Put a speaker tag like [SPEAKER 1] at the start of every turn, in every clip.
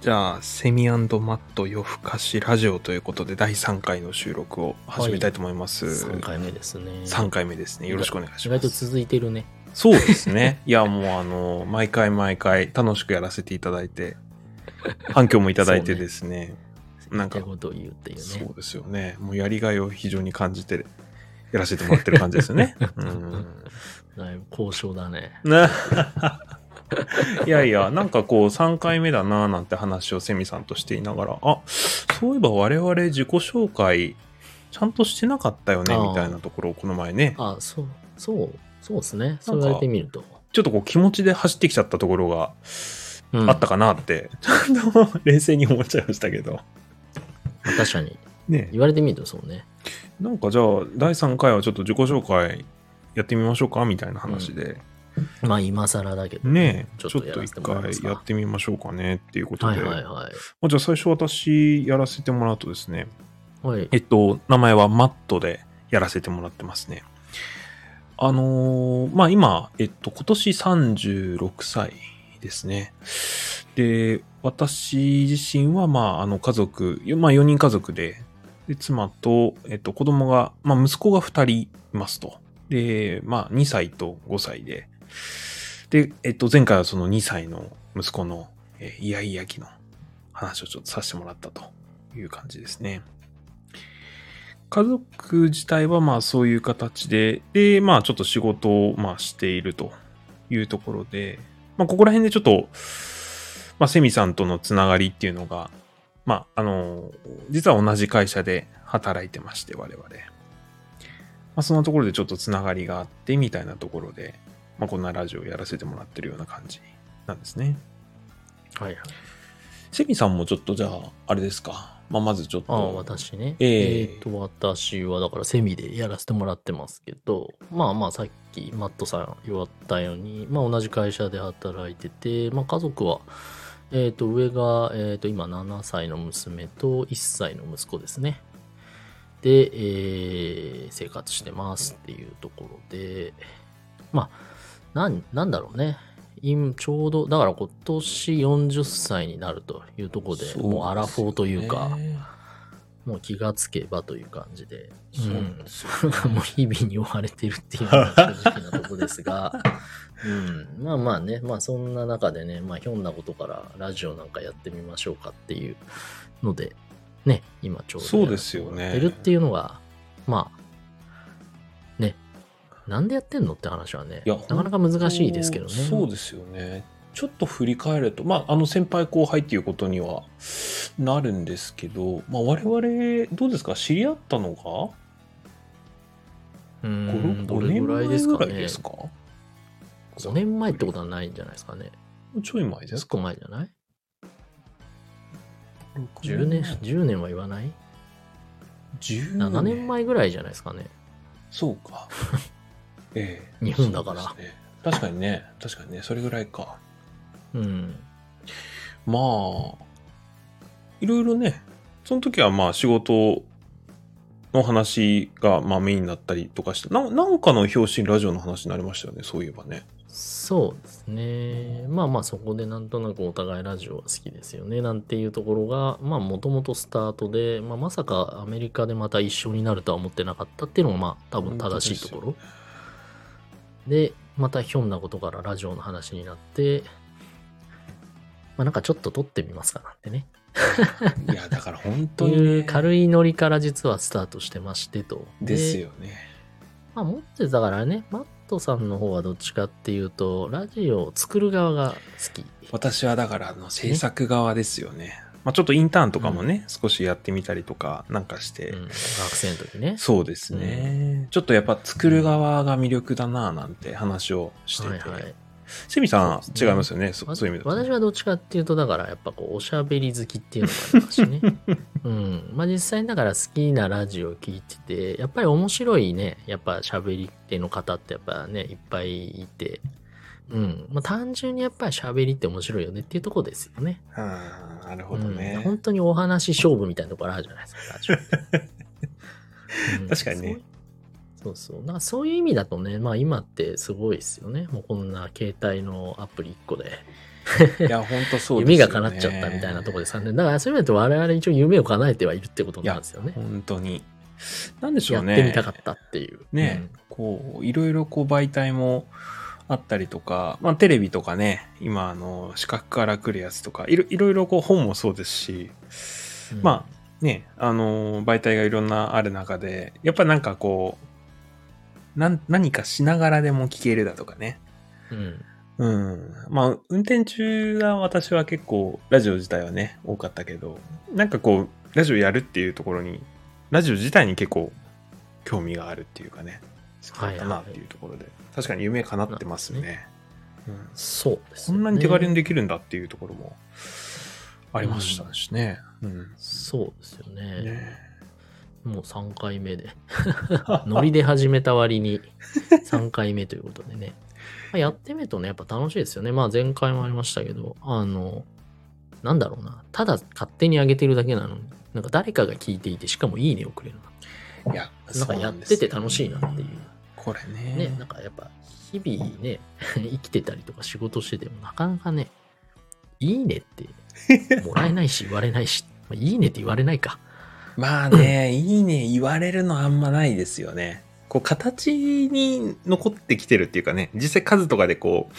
[SPEAKER 1] じゃあ、セミマット夜更かしラジオということで、第3回の収録を始めたいと思います。
[SPEAKER 2] 3回目ですね。
[SPEAKER 1] 3回目ですね。よろしくお願いし
[SPEAKER 2] 意
[SPEAKER 1] ま
[SPEAKER 2] 外と
[SPEAKER 1] す。
[SPEAKER 2] 続いてるね。
[SPEAKER 1] そうですね。いや、もうあの、毎回毎回楽しくやらせていただいて、反響もいただいてですね。なん
[SPEAKER 2] って
[SPEAKER 1] か、
[SPEAKER 2] ことを言うっていう
[SPEAKER 1] そ
[SPEAKER 2] ね
[SPEAKER 1] う。ですよね。もうやりがいを非常に感じて、やらせてもらってる感じですよ ね。うん
[SPEAKER 2] だいぶ交渉だね。
[SPEAKER 1] ね。 いやいや、なんかこう、3回目だなぁなんて話をセミさんとしていながら、あ、そういえば我々自己紹介、ちゃんとしてなかったよね、
[SPEAKER 2] あー
[SPEAKER 1] みたいなところをこの前ね、
[SPEAKER 2] あ、そう、そう、そうですね。そう言われてみると。
[SPEAKER 1] ちょっとこう気持ちで走ってきちゃったところが
[SPEAKER 2] うん
[SPEAKER 1] あったかなって、ちゃんと冷静に思っちゃいましたけど。
[SPEAKER 2] 確かに。
[SPEAKER 1] ね
[SPEAKER 2] 言われてみるとそうね。
[SPEAKER 1] なんかじゃあ、第3回はちょっと自己紹介やってみましょうか、みたいな話で、
[SPEAKER 2] まあ今更だけど。
[SPEAKER 1] ね
[SPEAKER 2] ち
[SPEAKER 1] ち
[SPEAKER 2] ょ
[SPEAKER 1] ょ
[SPEAKER 2] っ
[SPEAKER 1] っ
[SPEAKER 2] と
[SPEAKER 1] と
[SPEAKER 2] やら
[SPEAKER 1] 一
[SPEAKER 2] せてもらいま
[SPEAKER 1] 回
[SPEAKER 2] すか
[SPEAKER 1] やってみましょうかね、っていうこと
[SPEAKER 2] は
[SPEAKER 1] で。
[SPEAKER 2] いはいは
[SPEAKER 1] まあじゃあ最初私やらせてもらうとですね、
[SPEAKER 2] い。はい
[SPEAKER 1] え。っと、名前はマットでやらせてもらってますね。あのーまあ今、えっと、今年36歳ですね。で、私自身は、まあ、あの、家族、まあ4人家族で、で、妻と、えっと、子供が、まあ息子が2人いますと。で、まあ2歳と5歳で。で、えっと、前回はその2歳の息子の、えーイヤイヤ期の話をちょっとさせてもらったという感じですね。家族自体はまあそういう形で、で、まあちょっと仕事をまあしているというところで、まあここら辺でちょっと、まあセミさんとのつながりっていうのが、まああの、実は同じ会社で働いてまして、我々。まあそんなところでちょっとつながりがあってみたいなところで、まあこんなラジオをやらせてもらってるような感じなんですね。
[SPEAKER 2] はいはい。
[SPEAKER 1] セミさんもちょっとじゃあ、あれですか。まあまずちょっと。
[SPEAKER 2] ああ、私ね。
[SPEAKER 1] ええ
[SPEAKER 2] ーと、私はだからセミでやらせてもらってますけど、まあまあさっきマットさん言わったように、まあ同じ会社で働いてて、まあ家族は、えっ、と、上が、えっ、と、今7歳の娘と1歳の息子ですね。で、えー生活してますっていうところで、まあ、なん、なんだろうね。今ちょうど、だから今年40歳になるというところで、
[SPEAKER 1] そですよね
[SPEAKER 2] もうアラフォーというか、もう気がつけばという感じで、
[SPEAKER 1] そうなん
[SPEAKER 2] ん
[SPEAKER 1] で、す
[SPEAKER 2] それがもう日々に追われてるっていうのが正直なとこですが、うん、まあまあね、まあそんな中でね、まあひょんなことからラジオなんかやってみましょうかっていうので、ね、今ちょう ど
[SPEAKER 1] そうですよね
[SPEAKER 2] やってるっていうのが、まあ、ね、なんでやってんのって話はね、
[SPEAKER 1] いや
[SPEAKER 2] なかなか難しいですけどね。
[SPEAKER 1] そうですよね。ちょっと振り返ると、まあ、あの先輩後輩っていうことにはなるんですけど、まあ、我々、どうですか知り合ったのが
[SPEAKER 2] う
[SPEAKER 1] 5,
[SPEAKER 2] ん、ど
[SPEAKER 1] 5
[SPEAKER 2] れ
[SPEAKER 1] 年
[SPEAKER 2] ぐら
[SPEAKER 1] 前
[SPEAKER 2] いです
[SPEAKER 1] ぐ
[SPEAKER 2] から
[SPEAKER 1] い
[SPEAKER 2] ね
[SPEAKER 1] で。すか
[SPEAKER 2] 5年前ってことはないんじゃないですかね。
[SPEAKER 1] ちょい前です
[SPEAKER 2] 結
[SPEAKER 1] か
[SPEAKER 2] 構前じゃない
[SPEAKER 1] 六
[SPEAKER 2] 10年、10年は言わない
[SPEAKER 1] 10
[SPEAKER 2] 7年前ぐらいじゃないですかね。
[SPEAKER 1] そう か。ええ。
[SPEAKER 2] 日本だから
[SPEAKER 1] そうですね確かにね、確かにね、それぐらいか。
[SPEAKER 2] うん。
[SPEAKER 1] まあ、いろいろね、その時はまあ仕事の話がまあメインになったりとかして、ななんかの表紙にラジオの話になりましたよね、そういえばね。
[SPEAKER 2] そうですね。まあまあそこでなんとなくお互いラジオは好きですよねなんていうところが、まあもともとスタートで、まあまさかアメリカでまた一緒になるとは思ってなかったっていうのがまあ多分正しいところ。で、またひょんなことからラジオの話になって、まあなんかちょっと撮ってみますかなんてね。
[SPEAKER 1] いや、だから本当
[SPEAKER 2] と
[SPEAKER 1] に、
[SPEAKER 2] い
[SPEAKER 1] ね
[SPEAKER 2] う、軽いノリから実はスタートしてましてと。
[SPEAKER 1] ですよね。
[SPEAKER 2] まあ、持ってたからね、マットさんの方はどっちかっていうと、ラジオを作る側が好き。
[SPEAKER 1] 私はだからあの制作側ですよね。まあちょっとインターンとかもね、少しやってみたりとかなんかして、
[SPEAKER 2] うん、学生の時ね。
[SPEAKER 1] そうですね、ちょっとやっぱ作る側が魅力だなぁなんて話をして
[SPEAKER 2] はい
[SPEAKER 1] て。
[SPEAKER 2] はい。
[SPEAKER 1] セミさん、
[SPEAKER 2] そうです
[SPEAKER 1] 違
[SPEAKER 2] ね
[SPEAKER 1] いますよね、そそういう意味だとね、
[SPEAKER 2] 私はどっちかっていうと、だからやっぱこう、おしゃべり好きっていうのがあります しね。うん。まあ実際にだから好きなラジオを聞いてて、やっぱり面白いね、やっぱしゃべり手の方ってやっぱね、いっぱいいて、うん。まあ単純にやっぱりしゃべりって面白いよねっていうところですよね。
[SPEAKER 1] ああ、なる
[SPEAKER 2] う
[SPEAKER 1] ほど
[SPEAKER 2] ん
[SPEAKER 1] ね。
[SPEAKER 2] 本当に お話勝負みたいなところあるじゃないですか、ラジオってうん
[SPEAKER 1] 確かにね
[SPEAKER 2] そうそうそう。だからそういう意味だとね、まあ今ってすごいですよね。もうこんな携帯のアプリ1個で。
[SPEAKER 1] い や、本当そうです
[SPEAKER 2] 夢が叶っちゃったみたいなところで3年。だからそういう意味だと我々一応夢を叶えてはいるってことなんですよね。
[SPEAKER 1] 本当に。なんでしょ
[SPEAKER 2] や
[SPEAKER 1] う
[SPEAKER 2] っ
[SPEAKER 1] ね。
[SPEAKER 2] てみたかったっていう。
[SPEAKER 1] ね、こう、いろいろこう媒体もあったりとか、まあテレビとかね、今あの、視覚から来るやつとか、いろいろいろこう本もそうですし、
[SPEAKER 2] うん、
[SPEAKER 1] まあね、あの、媒体がいろんなある中で、やっぱなんかこう、なん何かしながらでも聞けるだとかね。
[SPEAKER 2] あ、うん。
[SPEAKER 1] うん。まあ、運転中は私は結構、ラジオ自体はね、多かったけど、なんかこう、ラジオやるっていうところに、ラジオ自体に結構、興味があるっていうかね、好きだったなっていうところで、確かに夢叶ってますね。うん、
[SPEAKER 2] そうで
[SPEAKER 1] こ
[SPEAKER 2] す、
[SPEAKER 1] んなに手軽にできるんだっていうところも、ありましたしね。うん。
[SPEAKER 2] そうですよね。
[SPEAKER 1] ね
[SPEAKER 2] もう3回目 で。ノリで始めた割に3回目ということでね。まあやってみるとね、やっぱ楽しいですよね。まあ前回もありましたけど、あの、なんだろうな。ただ勝手に上げてるだけなのに、なんか誰かが聞いていて、しかもいいねをくれる
[SPEAKER 1] いや、
[SPEAKER 2] な。なんかやってて楽しいなっていう。
[SPEAKER 1] これね。
[SPEAKER 2] ね、なんかやっぱ日々ね、 生きてたりとか仕事しててもなかなかね、いいねってもらえないし言われないし、まあいいねって言われないか。
[SPEAKER 1] まあね、いいね言われるのあんまないですよね。こう、形に残ってきてるっていうかね、実際数とかでこう、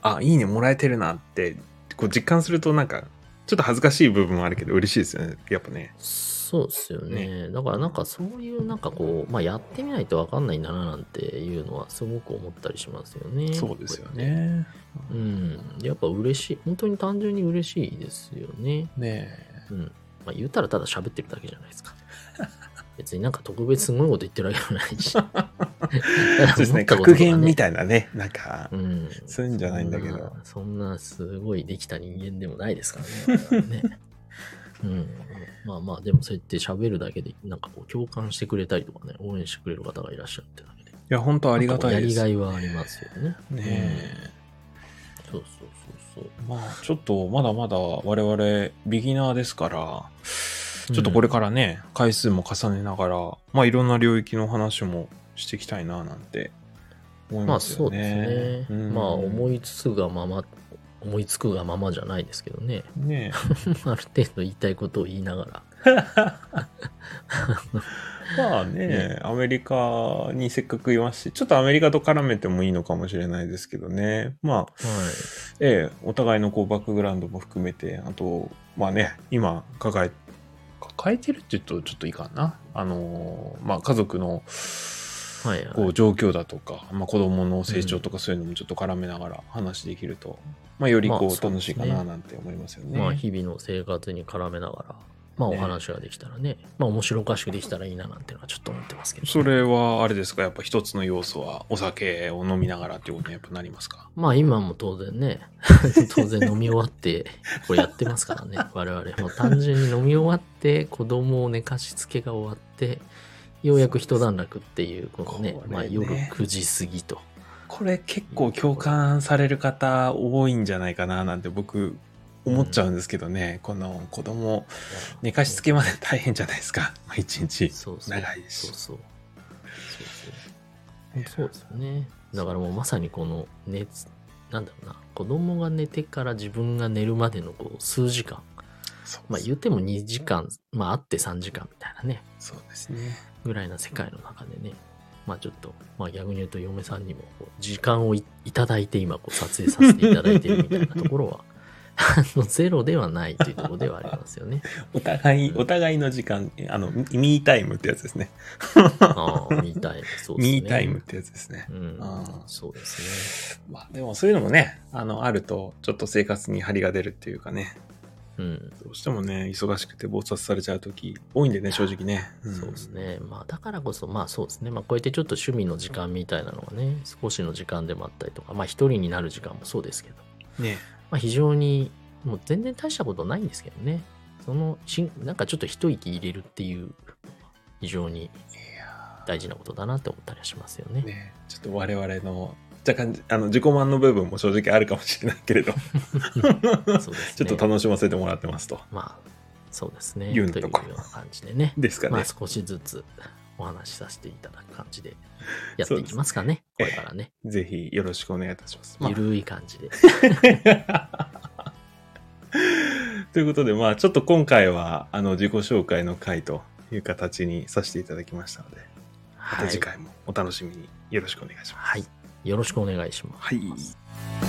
[SPEAKER 1] あ、いいねもらえてるなって、こう実感するとなんか、ちょっと恥ずかしい部分もあるけど嬉しいですよね。やっぱね。
[SPEAKER 2] そうですよね。だからなんかそういうなんかこう、まあやってみないとわかんないんだななんていうのはすごく思ったりしますよね。
[SPEAKER 1] そうですよ。ね。
[SPEAKER 2] うん。やっぱ嬉しい。本当に単純に嬉しいですよね。
[SPEAKER 1] ね
[SPEAKER 2] うん。まあ言ったらただ喋ってるだけじゃないです か。別になんか特別すごいこと言ってるわけじゃないし。
[SPEAKER 1] え。そう ですね。格言みたいなね、なんか
[SPEAKER 2] う、ん、
[SPEAKER 1] そういうんじゃないんだけど
[SPEAKER 2] そんなそんなすごいできた人間でもないですからね 我々ねうん、まあまあでもそうやって喋るだけでなんかこう共感してくれたりとかね応援してくれる方がいらっしゃるってだけで
[SPEAKER 1] いや、本当ありがたいです。
[SPEAKER 2] やりがいはありますよね
[SPEAKER 1] ねえ。
[SPEAKER 2] うんそうそうそう
[SPEAKER 1] まあ、ちょっとまだまだ我々ビギナーですから、ちょっとこれからね、回数も重ねながら、まあいろんな領域の話もしていきたいななんて思
[SPEAKER 2] そう
[SPEAKER 1] い
[SPEAKER 2] まあ
[SPEAKER 1] ます
[SPEAKER 2] そ
[SPEAKER 1] よ
[SPEAKER 2] うで
[SPEAKER 1] ね。
[SPEAKER 2] すね、まあ思
[SPEAKER 1] い
[SPEAKER 2] いつくがまま思いつくがままじゃないですけどね
[SPEAKER 1] ね
[SPEAKER 2] ある程度言いたいことを言いながら
[SPEAKER 1] えまあね
[SPEAKER 2] ね、
[SPEAKER 1] アメリカにせっかくいますし、ちょっとアメリカと絡めてもいいのかもしれないですけどね。まあ、
[SPEAKER 2] はい
[SPEAKER 1] ええ、お互いのこうバックグラウンドも含めて、あと、まあね、今抱え、抱えてるって言うとちょっといかんな。あのー、まあ家族の、
[SPEAKER 2] はいはい
[SPEAKER 1] こう状況だとか、まあ、子供の成長とかそういうのもちょっと絡めながら話できると、まあ、より
[SPEAKER 2] まあ
[SPEAKER 1] こ
[SPEAKER 2] そう
[SPEAKER 1] う楽
[SPEAKER 2] です
[SPEAKER 1] し
[SPEAKER 2] ね
[SPEAKER 1] いかななんて思いますよね。
[SPEAKER 2] まあ、日々の生活に絡めながら、まあ、お
[SPEAKER 1] ね
[SPEAKER 2] 話ができたらね、まあ、面白おかしくできたらいいななんていうのはちょっと思ってますけど、
[SPEAKER 1] それはあれですか、やっぱ一つの要素はお酒を飲みながらっていうことにやっぱなりますか。
[SPEAKER 2] まあ、今も当然ね、 当然飲み終わって、これやってま すからね、我々。もう単純に飲み終わって、子供を寝かしつけが終わって、ようやく一段落っていう、このね、
[SPEAKER 1] これね
[SPEAKER 2] まあ、夜9時過ぎと。
[SPEAKER 1] これ結構共感される方多いんじゃないかななんて僕思っちゃうんですけどね、この子供寝かしつけまで大変じゃないですか、 まあ、一日。
[SPEAKER 2] そうそう
[SPEAKER 1] 長いし
[SPEAKER 2] そうそう。そうそうそうですよね。だからもうまさにこの寝つ、なんだろうな、子供が寝てから自分が寝るまでのこう数時間、
[SPEAKER 1] そう
[SPEAKER 2] まあ言うても2時間、まああって3時間みたいなね、
[SPEAKER 1] そうですね。
[SPEAKER 2] ぐらいな世界の中でね、まあちょっと、まあ逆に言うと嫁さんにもこう時間をいいただいて今こう撮影させていただいてるみたいなところは、あのゼロではないというところではありますよね。
[SPEAKER 1] お互い、
[SPEAKER 2] うん
[SPEAKER 1] お互いの時間、あの、ミミータイムってやつですね。
[SPEAKER 2] ああ、ミータイム、そうですね。
[SPEAKER 1] ミータイムっ。てやつですね
[SPEAKER 2] う。ん
[SPEAKER 1] ああ、
[SPEAKER 2] そうです
[SPEAKER 1] まあでもそういうのもね、あの、あると、ちょっと生活に張りが出るっていうかね、
[SPEAKER 2] ね。うん。
[SPEAKER 1] どうしてもね、忙しくて忙殺されちゃう時多いんでね、正直ね。ん
[SPEAKER 2] そうです。ね。まあだからこそ、まあそうですね。まあこうやってちょっと趣味の時間みたいなのがね、少しの時間でもあったりとか、まあ一人になる時間もそうですけど、
[SPEAKER 1] ね。
[SPEAKER 2] まあ非常に、もう全然大したことないんですけどね。そのしん、なんかちょっと一息入れるっていう、非常に
[SPEAKER 1] いや
[SPEAKER 2] 大事なことだなって思ったりはしますよね。
[SPEAKER 1] ーね、ちょっと我々の、若干、あの、自己満の部分も正直あるかもしれないけ れど、
[SPEAKER 2] そうですね。
[SPEAKER 1] ちょっと楽しませてもらってますと。
[SPEAKER 2] まあ、そうですね。
[SPEAKER 1] 言うな
[SPEAKER 2] という
[SPEAKER 1] と
[SPEAKER 2] よ
[SPEAKER 1] こ
[SPEAKER 2] うな感じでね。
[SPEAKER 1] ですかね。
[SPEAKER 2] まあ少しずつ、お話しさせていただく感じでやっていきます かね。
[SPEAKER 1] そうで
[SPEAKER 2] これ
[SPEAKER 1] すね
[SPEAKER 2] からね。
[SPEAKER 1] ぜひよろしくお願いいたします。まあ
[SPEAKER 2] ゆるい感じで。
[SPEAKER 1] ということで、まあ、ちょっと今回は、あの、自己紹介の回という形にさせていただきましたので、 ま
[SPEAKER 2] は
[SPEAKER 1] た
[SPEAKER 2] い
[SPEAKER 1] 次。回もお楽しみによろしくお願いします。
[SPEAKER 2] はい。よろしくお願いします。
[SPEAKER 1] はい。